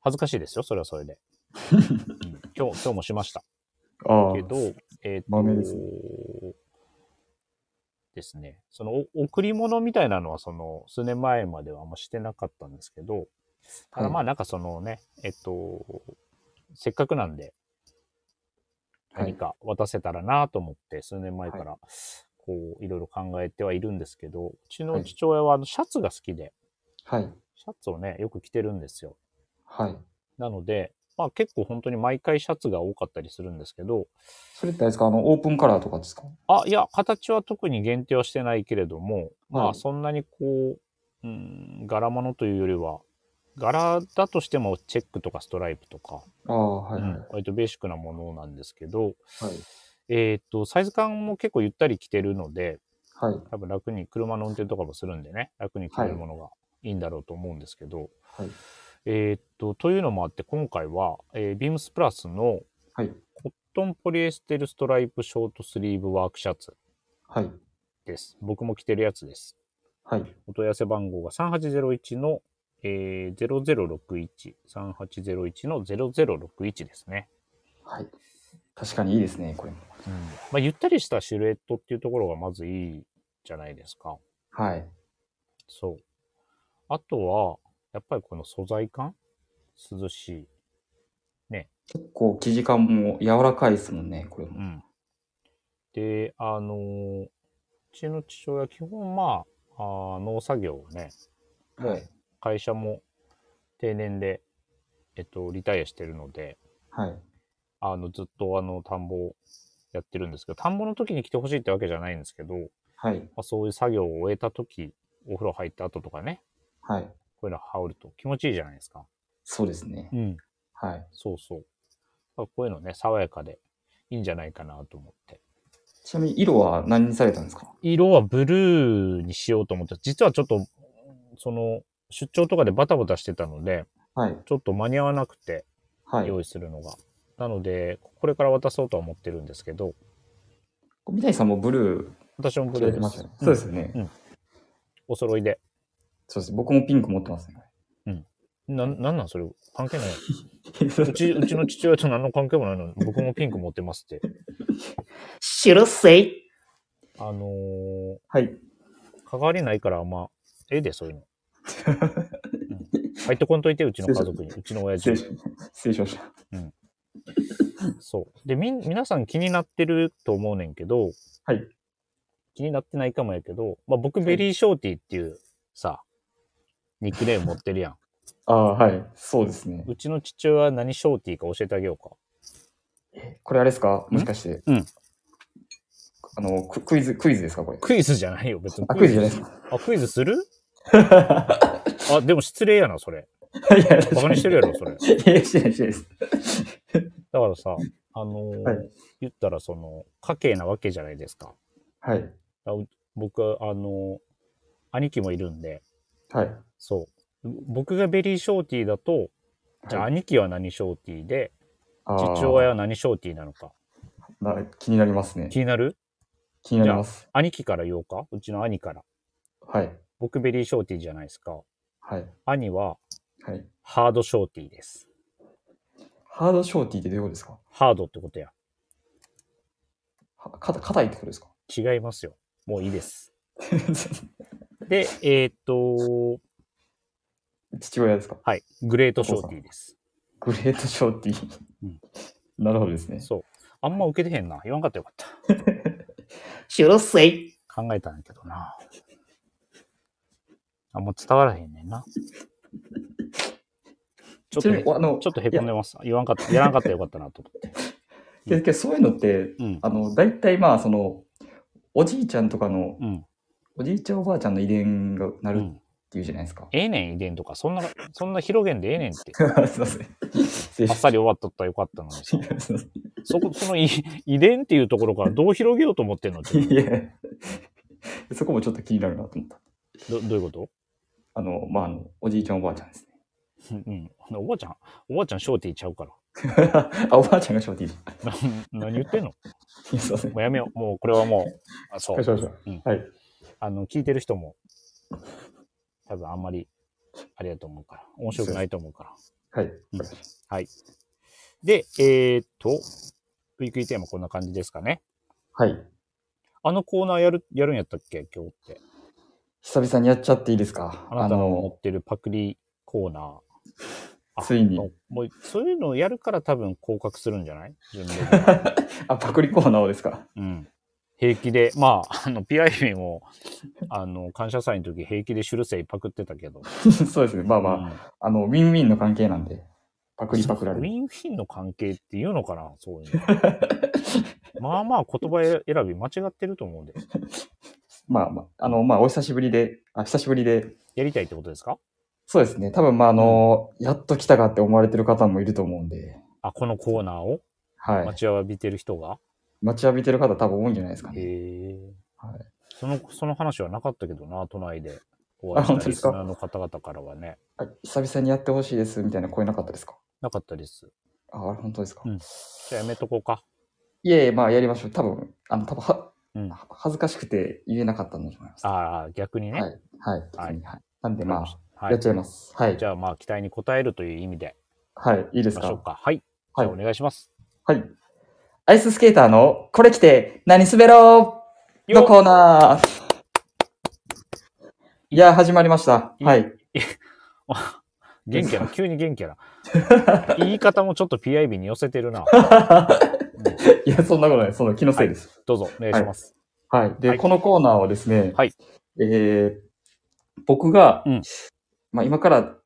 Speaker 1: 恥ずかしいですよ、それはそれ
Speaker 2: [laughs]
Speaker 1: で。うん今日、今日もしました。
Speaker 2: ああ。
Speaker 1: けど、えっ、
Speaker 2: 豆ですね
Speaker 1: と、ですね。その、お贈り物みたいなのは、その、数年前まではあんましてなかったんですけど、ただまあ、なんかそのね、えっと、せっかくなんで、
Speaker 2: は
Speaker 1: 何
Speaker 2: い。
Speaker 1: か渡せたらなと思って、数年前から、こう、いろいろ考えてはいるんですけど、うちの父親はあのシャツが好きで、
Speaker 2: はい。
Speaker 1: シャツをね、よく着てるんですよ。
Speaker 2: はい。
Speaker 1: なので、まあ結構本当に毎回シャツが多かったりするんですけど、
Speaker 2: それってあれですかあの、オープンカラーとかですか
Speaker 1: あ、いや、形は特に限定はしてないけれども、ま
Speaker 2: は
Speaker 1: あ、
Speaker 2: い
Speaker 1: そんなにこう、うん、柄物というよりは、柄だとしてもチェックとかストライプとか、
Speaker 2: ああ、はい。は
Speaker 1: うん割とベーシックなものなんですけど、
Speaker 2: い。
Speaker 1: えーっと、サイズ感も結構ゆったり着てるので、
Speaker 2: はい。はい。
Speaker 1: 多分楽に、車の運転とかもするんでね、楽に着れるものがいいんだろうと思うんですけど、
Speaker 2: はい
Speaker 1: えーっと、というのもあって、今回は、えービームスプラスの
Speaker 2: はい。
Speaker 1: コットンポリエステルストライプショートスリーブワークシャツ
Speaker 2: はい。
Speaker 1: です。僕も着てるやつです。
Speaker 2: はい。
Speaker 1: お問い合わせ番号が3801の、えー、00613801の0061ですね、
Speaker 2: はい。確かにいいですね、これも。
Speaker 1: まあ、ゆったりしたシルエットっていうところがまずいいじゃないですか
Speaker 2: はい。
Speaker 1: そうあとはやっぱりこの素材感涼しい、
Speaker 2: 結構生地感も柔らかいですもんね、これも。
Speaker 1: であのーうちの父親は基本まああー農作業をね
Speaker 2: はい。
Speaker 1: 会社も定年で、えっと、リタイアしてるので、
Speaker 2: はい。
Speaker 1: あの、ずっとあの、田んぼをやってるんですけど、田んぼの時に来てほしいってわけじゃないんですけど、ま
Speaker 2: はい。
Speaker 1: あ、そういう作業を終えた時、お風呂入った後とかね、
Speaker 2: はい。
Speaker 1: こういうの羽織ると気持ちいいじゃないですか。
Speaker 2: そうですね。
Speaker 1: ん。
Speaker 2: はい。
Speaker 1: そうそう。まあこういうのね、爽やかでいいんじゃないかなと思って。
Speaker 2: ちなみに色は何にされたんですか
Speaker 1: 色はブルーにしようと思って、実はちょっと、その、出張とかでバタバタしてたので、
Speaker 2: はい。
Speaker 1: ちょっと間に合わなくて、
Speaker 2: はい。
Speaker 1: 用意するのが。なので、これから渡そうとは思ってるんですけど、
Speaker 2: 三谷さんもブル
Speaker 1: 私も
Speaker 2: ー
Speaker 1: ブ
Speaker 2: 着ら
Speaker 1: ルー
Speaker 2: れて
Speaker 1: で
Speaker 2: ます
Speaker 1: す。
Speaker 2: よね。そうです
Speaker 1: ん。
Speaker 2: よね。
Speaker 1: お揃いで。
Speaker 2: そうです。僕もピンク持って [laughs] ますね。
Speaker 1: な、なんなんそれ関係ない。うち、うちの父親と何の関係もないのに、僕もピンク持ってますって。
Speaker 2: 白せい
Speaker 1: あのー、
Speaker 2: はい。
Speaker 1: 関わりないから、まあ、ええで、そういうの。うん入ってこんといて、うちの家族に、うちの親父
Speaker 2: 失礼
Speaker 1: に
Speaker 2: し失礼しました。
Speaker 1: そう。で、みん、皆さん気になってると思うねんけど、
Speaker 2: はい。
Speaker 1: 気になってないかもやけど、まあ僕、ベリーショーティーっていうさ、ニックネーム持ってるやん。
Speaker 2: ああ、はい。そうですね。
Speaker 1: うちの父親は何ショーティーか教えてあげようか。
Speaker 2: これあれですかもしかして。
Speaker 1: うん。
Speaker 2: あの、ククイズ、クイズですかこれ。
Speaker 1: クイズじゃないよ、別に。
Speaker 2: あ、クイズじゃないです
Speaker 1: あ、クイズす
Speaker 2: [laughs]
Speaker 1: る
Speaker 2: か。
Speaker 1: あ、でも失礼やな、それ。
Speaker 2: [laughs] いや、
Speaker 1: バカにしてるやろ、そ
Speaker 2: [laughs]
Speaker 1: れ。
Speaker 2: いやいや、してない、してないです。
Speaker 1: だからさ、あのー
Speaker 2: はい
Speaker 1: 言ったらその、家計なわけじゃないですか。
Speaker 2: はい。
Speaker 1: 僕は、あのー兄貴もいるんで、
Speaker 2: はい。
Speaker 1: そう。僕がベリーショーティーだと、じゃあ
Speaker 2: はい
Speaker 1: 兄貴は何ショーティーで、
Speaker 2: あー
Speaker 1: 父親は何ショーティーなのか。
Speaker 2: な気になりますね。
Speaker 1: 気になる
Speaker 2: 気になります。
Speaker 1: 兄貴から言おうかうちの兄から。
Speaker 2: はい。
Speaker 1: 僕ベリーショーティーじゃないですか。
Speaker 2: はい。
Speaker 1: 兄は
Speaker 2: はい。
Speaker 1: ハードショーティーです。
Speaker 2: ハードショーティーってどういうことですか
Speaker 1: ハードってことや。
Speaker 2: はかた硬いってことですか [laughs]
Speaker 1: 違いますよ。もういいです。で、えーっと、
Speaker 2: 父親ですか
Speaker 1: はい。グレートショーティーです。
Speaker 2: グレートショーティー
Speaker 1: うん。
Speaker 2: なるほどですね。
Speaker 1: そう。あんま受けてへんな。言わんかったよかった。
Speaker 2: シロスイ
Speaker 1: 考えたんやけどな。あ、もう伝わらへんねんな。ちょっ
Speaker 2: ち
Speaker 1: と
Speaker 2: なみに、あの、
Speaker 1: ちょっとへこんでます。言わんかった、やらんかったらよかったなと思って。
Speaker 2: いやけどそういうのって、
Speaker 1: うん。
Speaker 2: あの、大体まあ、その、おじいちゃんとかの、
Speaker 1: うん。
Speaker 2: おじいちゃんおばあちゃんの遺伝がな
Speaker 1: う
Speaker 2: るっ
Speaker 1: ん、
Speaker 2: ていうじゃないです [laughs] か。
Speaker 1: ええねん、遺伝とか、そんな、そんな広げんでええねんって。
Speaker 2: すいません。失礼
Speaker 1: あっ
Speaker 2: し
Speaker 1: さり終わっとったらよかったのにさ。
Speaker 2: まし
Speaker 1: そこ、その遺遺伝っていうところからどう広げようと思ってんのって
Speaker 2: た。いや、そこもちょっと気になるなと思った。
Speaker 1: どどういうこと
Speaker 2: あの、まあ、あの、おじいちゃんおばあちゃんですね。
Speaker 1: うん。うんおばあちゃん、おばあちゃんショーティーちゃうから。 [laughs]
Speaker 2: [laughs] あ、おばあちゃんがショーティーだ。
Speaker 1: な何言ってんの
Speaker 2: いやすいません。
Speaker 1: [laughs] もうやめよう。もうこれはもう、あそう。
Speaker 2: そうそう
Speaker 1: うん
Speaker 2: はい。
Speaker 1: あの、聞いてる人も、多分あんまり、あれだと思うから、面白くないと思うから。
Speaker 2: はい。
Speaker 1: うんで、えー、っと、ウィークリーテーマこんな感じですかね。
Speaker 2: はい。
Speaker 1: あのコーナーやる、やるんやったっけ今日って。
Speaker 2: 久々にやっちゃっていいですか
Speaker 1: あな
Speaker 2: あ
Speaker 1: たの持
Speaker 2: の、
Speaker 1: ってるパクリコーナー。あ
Speaker 2: ついに
Speaker 1: もう、もうそういうのをやるから多分降格するんじゃない順番に
Speaker 2: あ、パクリコーナーをですか [laughs]
Speaker 1: うん。平気で、まあ、あの、PIB も、あの、感謝祭の時平気でシュルセイパクってたけど。
Speaker 2: そうですね。まあまあ、
Speaker 1: うん
Speaker 2: あの、ウィンウィンの関係なんで、パクリパクられ
Speaker 1: ウ
Speaker 2: る。
Speaker 1: ィンフィンの関係っていうのかなそう
Speaker 2: [laughs]
Speaker 1: いうの。まあまあ言葉選び間違ってると思うんで。
Speaker 2: まあまあ、あの、まあ、お久しぶりで、あ、久しぶりで、
Speaker 1: やりたいってことですか
Speaker 2: そうですね。多分、まあ、あの、やっと来たかって思われてる方もいると思うんで、
Speaker 1: あ、このコーナーを
Speaker 2: は
Speaker 1: 待
Speaker 2: い。
Speaker 1: ちわびてる人が、
Speaker 2: 待ちわびてる方多分多いんじゃないですか
Speaker 1: へ
Speaker 2: ね。
Speaker 1: え。
Speaker 2: はい
Speaker 1: その、その話はなかったけどな、都内で。お
Speaker 2: あ本当
Speaker 1: リ
Speaker 2: です
Speaker 1: ス
Speaker 2: か
Speaker 1: ナーの方々からはね。
Speaker 2: あ久々にやってほしいです、みたいな声なかったですか
Speaker 1: なかったです。
Speaker 2: あ、本当ですか、
Speaker 1: うんじゃあやめとこうか。
Speaker 2: いえいえ、まあ、やりましょう。多分、あの、多分は、
Speaker 1: うん
Speaker 2: は恥ずかしくて言えなかったんだと思います。
Speaker 1: ああ、逆にね。
Speaker 2: はい。はい。
Speaker 1: はい
Speaker 2: 別にはいなんで、まあ、
Speaker 1: は
Speaker 2: やっちゃいます。はい。
Speaker 1: じゃあまあ期待に応えるという意味で
Speaker 2: はい。いいで
Speaker 1: いき
Speaker 2: す
Speaker 1: まし
Speaker 2: か
Speaker 1: ょうか。はい。じ
Speaker 2: は
Speaker 1: ゃ
Speaker 2: い
Speaker 1: あお。願いします。
Speaker 2: はい。アイススケーターの、これ着て、何滑ろうのコーナー。いや、始まりました。
Speaker 1: いい
Speaker 2: はい。
Speaker 1: 元気やな。急に元気やな。
Speaker 2: [laughs]
Speaker 1: 言い方もちょっと PIB に寄せてるな。うん
Speaker 2: [laughs] いや、そんなことない。その気のせいです。
Speaker 1: どうぞ、お願いします。
Speaker 2: はい。で、
Speaker 1: はい
Speaker 2: このコーナーはですね、
Speaker 1: はい。
Speaker 2: えー、僕が、
Speaker 1: うん
Speaker 2: まあ、今から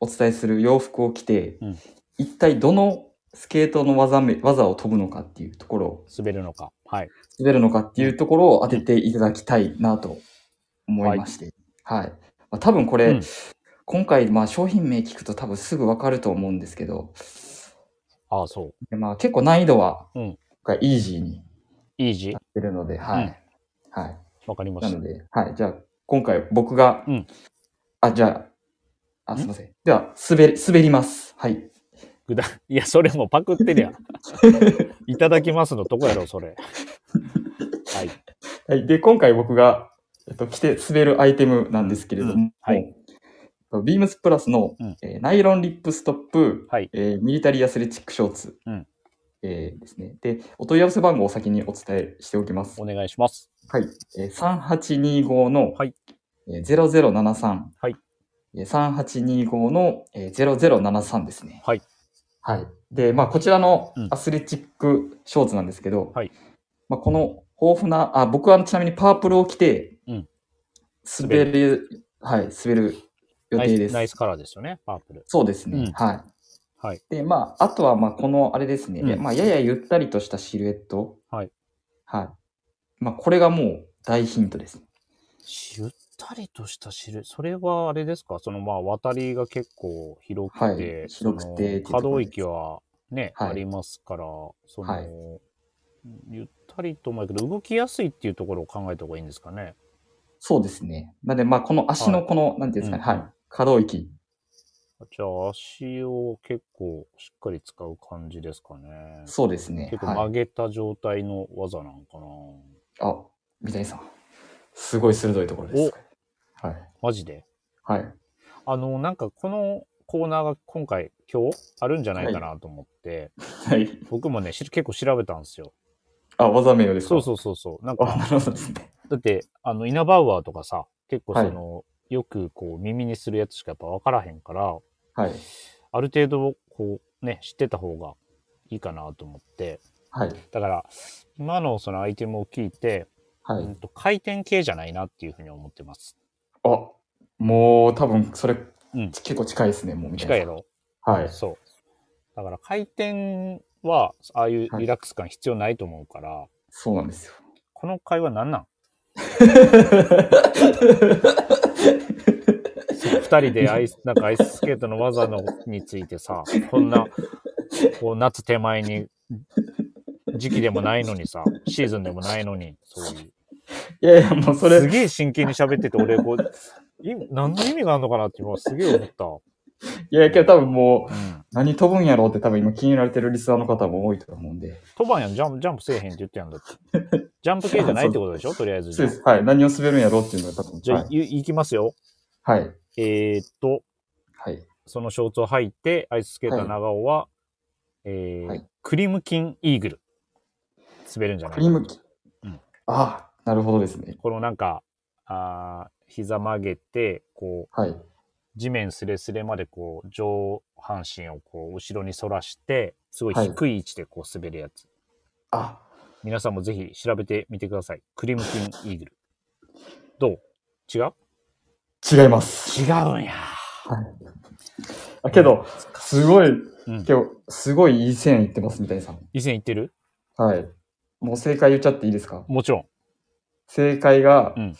Speaker 2: お伝えする洋服を着て、
Speaker 1: うん
Speaker 2: 一体どのスケートの技め技を飛ぶのかっていうところを、
Speaker 1: 滑るのか。はい。
Speaker 2: 滑るのかっていうところを当てていただきたいなと思いまして。はい。まあ、多分これ、
Speaker 1: うん
Speaker 2: 今回、まあ商品名聞くと多分すぐわかると思うんですけど、
Speaker 1: ああ、そ
Speaker 2: でまあ結構難易度は、
Speaker 1: うん
Speaker 2: がイージーに
Speaker 1: う。イージー
Speaker 2: な。ってるので、はい。はい。
Speaker 1: わかりま
Speaker 2: な
Speaker 1: した
Speaker 2: の。で、はい。じゃあ、今回僕が、
Speaker 1: うん
Speaker 2: あ、じゃあ、あ、
Speaker 1: ん
Speaker 2: すいません。では、滑り、滑ります。はい。
Speaker 1: ぐだいや、それもうパクって
Speaker 2: [laughs]
Speaker 1: るやん。いただきますのとこやろ、それ。はい。
Speaker 2: はい。で、今回僕が、えっと、着て滑るアイテムなんですけれども、
Speaker 1: うんはい
Speaker 2: えっとビームスプラスの、
Speaker 1: うん
Speaker 2: えーナイロンリップストップ、
Speaker 1: はい。
Speaker 2: えーミリタリーアスレチックショーツ、
Speaker 1: うん
Speaker 2: えーですね。で、お問い合わせ番号を先にお伝えしておきます
Speaker 1: お。願いします。
Speaker 2: はい。えー、3825の、
Speaker 1: はい
Speaker 2: えー、0073。
Speaker 1: はい。
Speaker 2: えー、3825の、えー、0073ですね。
Speaker 1: はい。
Speaker 2: はい。で、まあ、こちらの
Speaker 1: うん
Speaker 2: アスレチックショーツなんですけど、
Speaker 1: はい。
Speaker 2: まあ、この豊富な、あ、僕はちなみにパープルを着て、
Speaker 1: うん
Speaker 2: 滑る、はい、滑る予定
Speaker 1: ナイ
Speaker 2: です。
Speaker 1: スナイスカラーですよね、パープル。
Speaker 2: そうですね。
Speaker 1: うん
Speaker 2: はい。
Speaker 1: はい。
Speaker 2: で、まあ、あとは、まあ、この、あれですね、
Speaker 1: うん
Speaker 2: まあ、ややゆったりとしたシルエット。
Speaker 1: はい。
Speaker 2: はい。まあ、これがもう大ヒントです。
Speaker 1: ゆったりとした汁、それはあれですか、そのまあ渡りが結構広くて、
Speaker 2: はい広くてっていう
Speaker 1: その
Speaker 2: とこ
Speaker 1: 可
Speaker 2: ろ
Speaker 1: 動
Speaker 2: です
Speaker 1: 域はね、
Speaker 2: はい
Speaker 1: ありますから、その、
Speaker 2: はい
Speaker 1: ゆったりともやけど、動きやすいっていうところを考えた方がいいんですかね。
Speaker 2: そうですね。なので、まあ、この足のこの、なんていうんですかね、
Speaker 1: うん
Speaker 2: はい。可動域。
Speaker 1: じゃあ、足を結構しっかり使う感じですかね。
Speaker 2: そうですね
Speaker 1: 結。構
Speaker 2: は
Speaker 1: 曲
Speaker 2: い。
Speaker 1: げた状態の技なんかな。
Speaker 2: あ、三谷さん。すごい鋭いところです。はい。
Speaker 1: マジで
Speaker 2: はい。
Speaker 1: あの、なんかこのコーナーが今回、今日あるんじゃないかなと思って、
Speaker 2: はい。
Speaker 1: 僕もね、し結構調べたんですよ。
Speaker 2: あ、技名ですか
Speaker 1: そうそうそうそう。なん
Speaker 2: あ、
Speaker 1: か、
Speaker 2: なるほどですね。
Speaker 1: だって、あの、イナバウアーとかさ、結構その、よくこう耳にするやつしかやっぱ分からへんから、
Speaker 2: はい。
Speaker 1: ある程度こうね、知ってた方がいいかなと思って。
Speaker 2: はい。
Speaker 1: だから、今のそのアイテムを聞いて、
Speaker 2: は
Speaker 1: うん
Speaker 2: い。
Speaker 1: と回転系じゃないなっていうふうに思ってます。
Speaker 2: あ、もう多分それ、
Speaker 1: うん
Speaker 2: 結構近いですね、もう。
Speaker 1: 近いや。ろ
Speaker 2: はい。
Speaker 1: そう。だから回転は、ああいう
Speaker 2: はい
Speaker 1: リラックス感必要ないと思うから、
Speaker 2: そうなんですよ。
Speaker 1: この会話
Speaker 2: [laughs]
Speaker 1: 何なんそう二人でアイス、なんかアイススケートの技のについてさ、こんな、こう夏手前に、時期でもないのにさ、シーズンでもないのに、そういう。
Speaker 2: いやいや、もうそ
Speaker 1: す
Speaker 2: れ、
Speaker 1: げえ真剣に喋ってて、俺、こう、い何の意味があるのかなって今すげえ思った。
Speaker 2: いや、けど多分もう、
Speaker 1: うん。
Speaker 2: 何飛ぶんやろうって多分今気になれてるリスナーの方も多いと思うんで。
Speaker 1: トバンやん、ジャンプ、ジャンプせえへんって言ってやんだって。ジャンプ系じゃないってことでしょとりあえずじ
Speaker 2: そ
Speaker 1: ゃ
Speaker 2: う
Speaker 1: あ。
Speaker 2: です。はい。何を滑るんやろうっていうのが多分。
Speaker 1: じゃあ、
Speaker 2: はい
Speaker 1: い、いきますよ。
Speaker 2: はい。
Speaker 1: えーっと、
Speaker 2: はい。
Speaker 1: そのショーツを履いて、アイススケーター長尾は、えー
Speaker 2: はい
Speaker 1: クリムキンイーグル。滑るんじゃない
Speaker 2: クリーム機
Speaker 1: うん。
Speaker 2: ああ、なるほどですね。
Speaker 1: このなんか、あー膝曲げて、こう、
Speaker 2: はい。
Speaker 1: 地面すれすれまでこう、上半身をこう、後ろに反らして、すごい低い位置でこう滑るやつ。
Speaker 2: あ、
Speaker 1: 皆さんもぜひ調べてみてください。クリムキンイーグル。どう違う
Speaker 2: 違います。
Speaker 1: 違うんや。
Speaker 2: あけど、すごい、
Speaker 1: うん。
Speaker 2: 今日、すごいいい線いってます、みたいさん。
Speaker 1: 以前言ってる
Speaker 2: はい。もう正解言っちゃっていいですか
Speaker 1: もちろん。
Speaker 2: 正解が、
Speaker 1: うん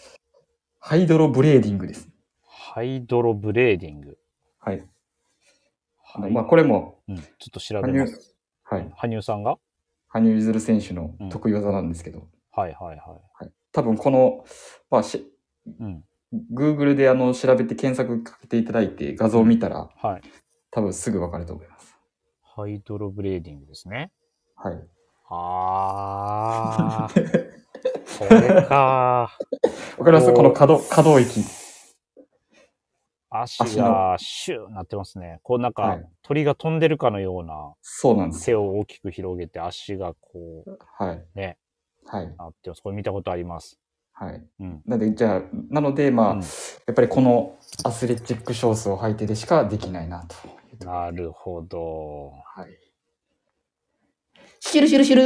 Speaker 2: ハイドロブレーディングです。
Speaker 1: ハイドロブレーディング。
Speaker 2: はい。あの
Speaker 1: はい
Speaker 2: まあ、これも、
Speaker 1: うん、ちょっと調
Speaker 2: 羽
Speaker 1: べ
Speaker 2: 生
Speaker 1: ます。、
Speaker 2: はい。
Speaker 1: 羽生さんが
Speaker 2: 羽生結弦選手の得意技なんですけど、
Speaker 1: はいはいは
Speaker 2: はい、多分この、まあ、し
Speaker 1: い。うん。
Speaker 2: Google であの調べて検索かけていただいて画像を見たら、
Speaker 1: はい。
Speaker 2: 多分すぐわかると思います。
Speaker 1: ハイドロブレーディングですね。
Speaker 2: はい。
Speaker 1: あ
Speaker 2: [laughs]
Speaker 1: ー。これか。
Speaker 2: わかります
Speaker 1: おー
Speaker 2: この可動、可動域。
Speaker 1: 足がシューなってますね。こうなんか、
Speaker 2: はい
Speaker 1: 鳥が飛んでるかのような
Speaker 2: そうなんです。
Speaker 1: 背を大きく広げて足がこう
Speaker 2: はい。
Speaker 1: ね、
Speaker 2: はい。
Speaker 1: なってます。これ見たことあります。
Speaker 2: はい。
Speaker 1: うん。
Speaker 2: なので、じゃあ、なので、まあ、
Speaker 1: うん
Speaker 2: やっぱりこのアスレチックショーツを履いてでしかできないなというところ
Speaker 1: なるほど。
Speaker 2: はい。シュルシュルシュル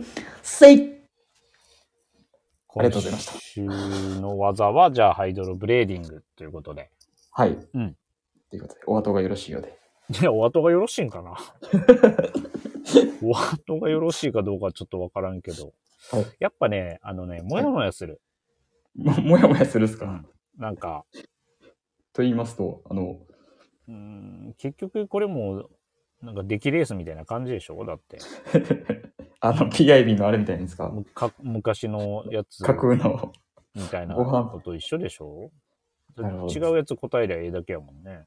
Speaker 2: ーせいありがとうございました
Speaker 1: 今週の技は、じゃあハイドロブレーディングということで。
Speaker 2: はい。
Speaker 1: うん
Speaker 2: ということで、お後がよろしいようで。
Speaker 1: いや、お後がよろしいんか [laughs] なお後がよろしいかどうかはちょっとわからんけど、
Speaker 2: はい
Speaker 1: やっぱね、あのね、もやもやする。
Speaker 2: も [laughs] もやもやするっすか、
Speaker 1: なんか、
Speaker 2: と言いますと、あの、
Speaker 1: うーん、結局これも、なんか出来レースみたいな感じでしょだって。
Speaker 2: あの、PIB のあれみたいなんですか
Speaker 1: むか昔のやつ
Speaker 2: 架空の。
Speaker 1: みたいな
Speaker 2: ご飯
Speaker 1: こと一緒でしょ
Speaker 2: なるほ
Speaker 1: 違
Speaker 2: ど
Speaker 1: うやつ答えりゃええだけやもんね。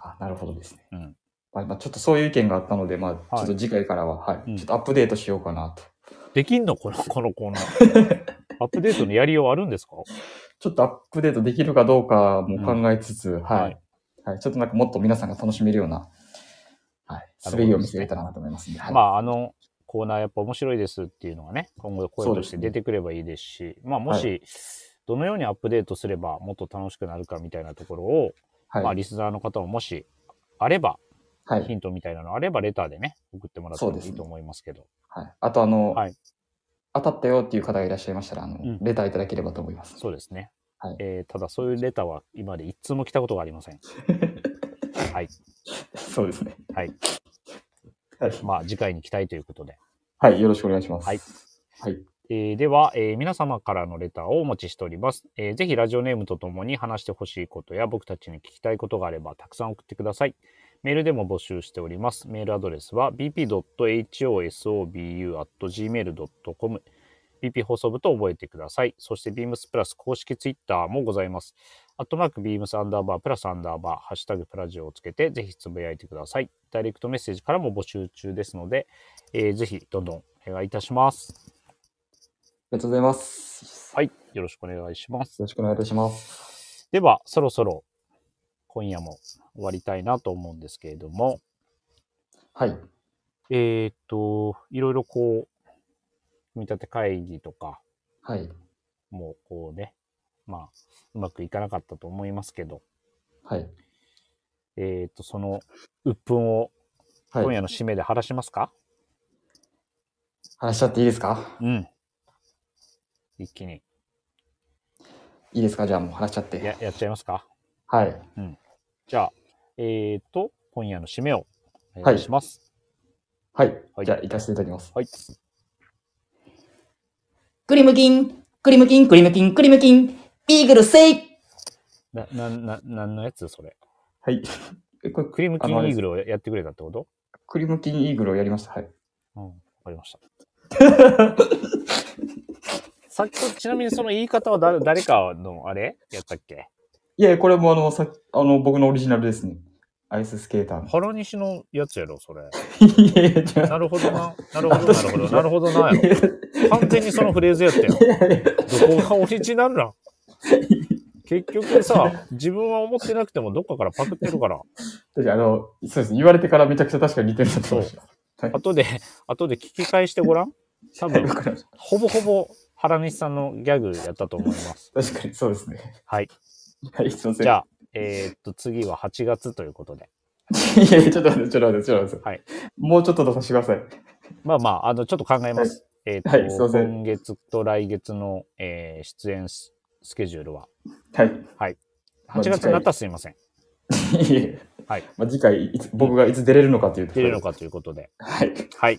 Speaker 2: あ、なるほどですね。
Speaker 1: うん
Speaker 2: まあ、まあ、ちょっとそういう意見があったので、まあ、
Speaker 1: はい
Speaker 2: ちょっと次回からは、はい、
Speaker 1: うん
Speaker 2: ちょっとアップデートしようかなと。
Speaker 1: できんのこの、このコーナー。 [laughs] アップデートのやりようあるんですか
Speaker 2: ちょっとアップデートできるかどうかも考えつつ、はい、
Speaker 1: は
Speaker 2: はいい。ちょっとなんかもっと皆さんが楽しめるような、はい、滑りを見せれたらなと思いますんで、はい。
Speaker 1: まあ、あのコーナーやっぱ面白いですっていうのがね、今後声として
Speaker 2: そうですね
Speaker 1: 出てくればいいですし、まあ、もし、
Speaker 2: は
Speaker 1: どのようにアップデートすればもっと楽しくなるかみたいなところを、
Speaker 2: はい。
Speaker 1: まあ、リスナーの方ももしあれば、
Speaker 2: はい
Speaker 1: ヒントみたいなのあれば、レターでね、送ってもらって
Speaker 2: そう
Speaker 1: も
Speaker 2: です
Speaker 1: い
Speaker 2: ね
Speaker 1: いと思いますけど。
Speaker 2: はい、あとあの、
Speaker 1: はい
Speaker 2: 当たったよっていう方がいらっしゃいましたら、あの
Speaker 1: うん
Speaker 2: レターいただければと思います。
Speaker 1: そうですね。
Speaker 2: はい
Speaker 1: えーただそういうレターは今まで一通も来たことがありませ
Speaker 2: [laughs]
Speaker 1: ん。はい。
Speaker 2: そうですね。
Speaker 1: はい。
Speaker 2: はい。
Speaker 1: まあ次回に期待ということで。
Speaker 2: はい、よろしくお願いします。
Speaker 1: はい。
Speaker 2: はい。
Speaker 1: えーでは、えー皆様からのレターをお待ちしております、えーぜひラジオネームとともに話してほしいことや僕たちに聞きたいことがあればたくさん送ってください。メールでも募集しております。メールアドレスは bp.hosobu.gmail.com bp 放送部と覚えてください。そして beams プラス公式ツイッターもございます。アットマーク beams アンダーバープラスアンダーバーハッシュタグプラジオをつけてぜひつぶやいてください。ダイレクトメッセージからも募集中ですので、えーぜひどんどんお願いいたします。
Speaker 2: ありがとうございます。。
Speaker 1: はい
Speaker 2: よ
Speaker 1: い。よろしくお願いします。
Speaker 2: ろしくお願いいたします。
Speaker 1: では、そろそろ今夜も終わりたいなと思うんですけれども、
Speaker 2: はい。
Speaker 1: えーっと、いろいろこう、組み立て会議とか
Speaker 2: はい。
Speaker 1: もこうね、まあ、うまくいかなかったと思いますけど、
Speaker 2: はい。
Speaker 1: えーっと、その鬱憤を
Speaker 2: はい。
Speaker 1: 今夜の締めで晴らしますか、
Speaker 2: 話しちゃっていいですか
Speaker 1: うん。一気に
Speaker 2: いいですかじゃあもう話しちゃって。
Speaker 1: ややっちゃいますか
Speaker 2: はい。
Speaker 1: じゃあ、えーっと、今夜の締めをお願いします。
Speaker 2: はい。
Speaker 1: はい
Speaker 2: じゃあ、行かせていただきます。
Speaker 1: はい。
Speaker 3: クリムキン、クリムキン、クリムキン、クリムキン、ビーグルセイ
Speaker 1: な、な、な、なんのやつそれ。
Speaker 2: はい。 [laughs] えこれ
Speaker 1: クリームキン
Speaker 2: あのあれ
Speaker 1: イー
Speaker 2: です
Speaker 1: グルをやってくれたってこと
Speaker 2: クリムキンイーグルをやりました。はい。
Speaker 1: うん、わかりました。 [laughs] さっきと、ちなみにその言い方は誰誰かのあれやったっけ
Speaker 2: いや、これもあの、さあの、僕のオリジナルですね。アイススケータ
Speaker 3: [laughs]
Speaker 2: ーの。
Speaker 1: 原西のやつやろ、それ。
Speaker 2: いやいや、違う。
Speaker 1: なるほどな。なるほど、なるほど。なるほどなやろ。完全にそのフレーズやったよ。どこがオリジナルなん結局さ、自分は思ってなくてもどっかからパクってるから、
Speaker 2: 確かにあの、そうですね。言われてからめちゃくちゃ確かに似てるなと思いました。
Speaker 1: 後で、後で聞き返してごらん。多
Speaker 2: はい、
Speaker 1: 分
Speaker 2: わ、かりました。
Speaker 1: ほぼほぼ原西さんのギャグやったと思います。
Speaker 2: 確かに、そうですね。
Speaker 1: はい。
Speaker 2: はい、すいません。
Speaker 1: じゃあ、えーっと、次は8月ということで。
Speaker 2: いやいや、ちょっと待って、ちょっと待って、ちょっと待って。
Speaker 1: はい
Speaker 2: もうちょっととさせてください。
Speaker 1: まあまあ、あの、ちょっと考えます。えーっと、
Speaker 2: はいすいません
Speaker 1: 今月と来月の、えー出演ススケジュールは、
Speaker 2: はい。まあ
Speaker 1: 8月になったらすいません。
Speaker 2: いえいえ
Speaker 1: はい。
Speaker 2: [laughs] まあ、次回いつ、僕がいつ出れるのかというとこ
Speaker 1: 出
Speaker 2: ろ
Speaker 1: れるの。かということで。
Speaker 2: はい。
Speaker 1: はい。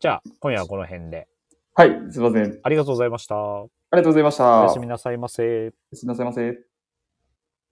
Speaker 1: じゃあ、今夜はこの辺で。
Speaker 2: はい、すいません。あり
Speaker 1: ありがとうございました。お
Speaker 2: がとうございました。
Speaker 1: やすみなさいませ。
Speaker 2: すみませんません。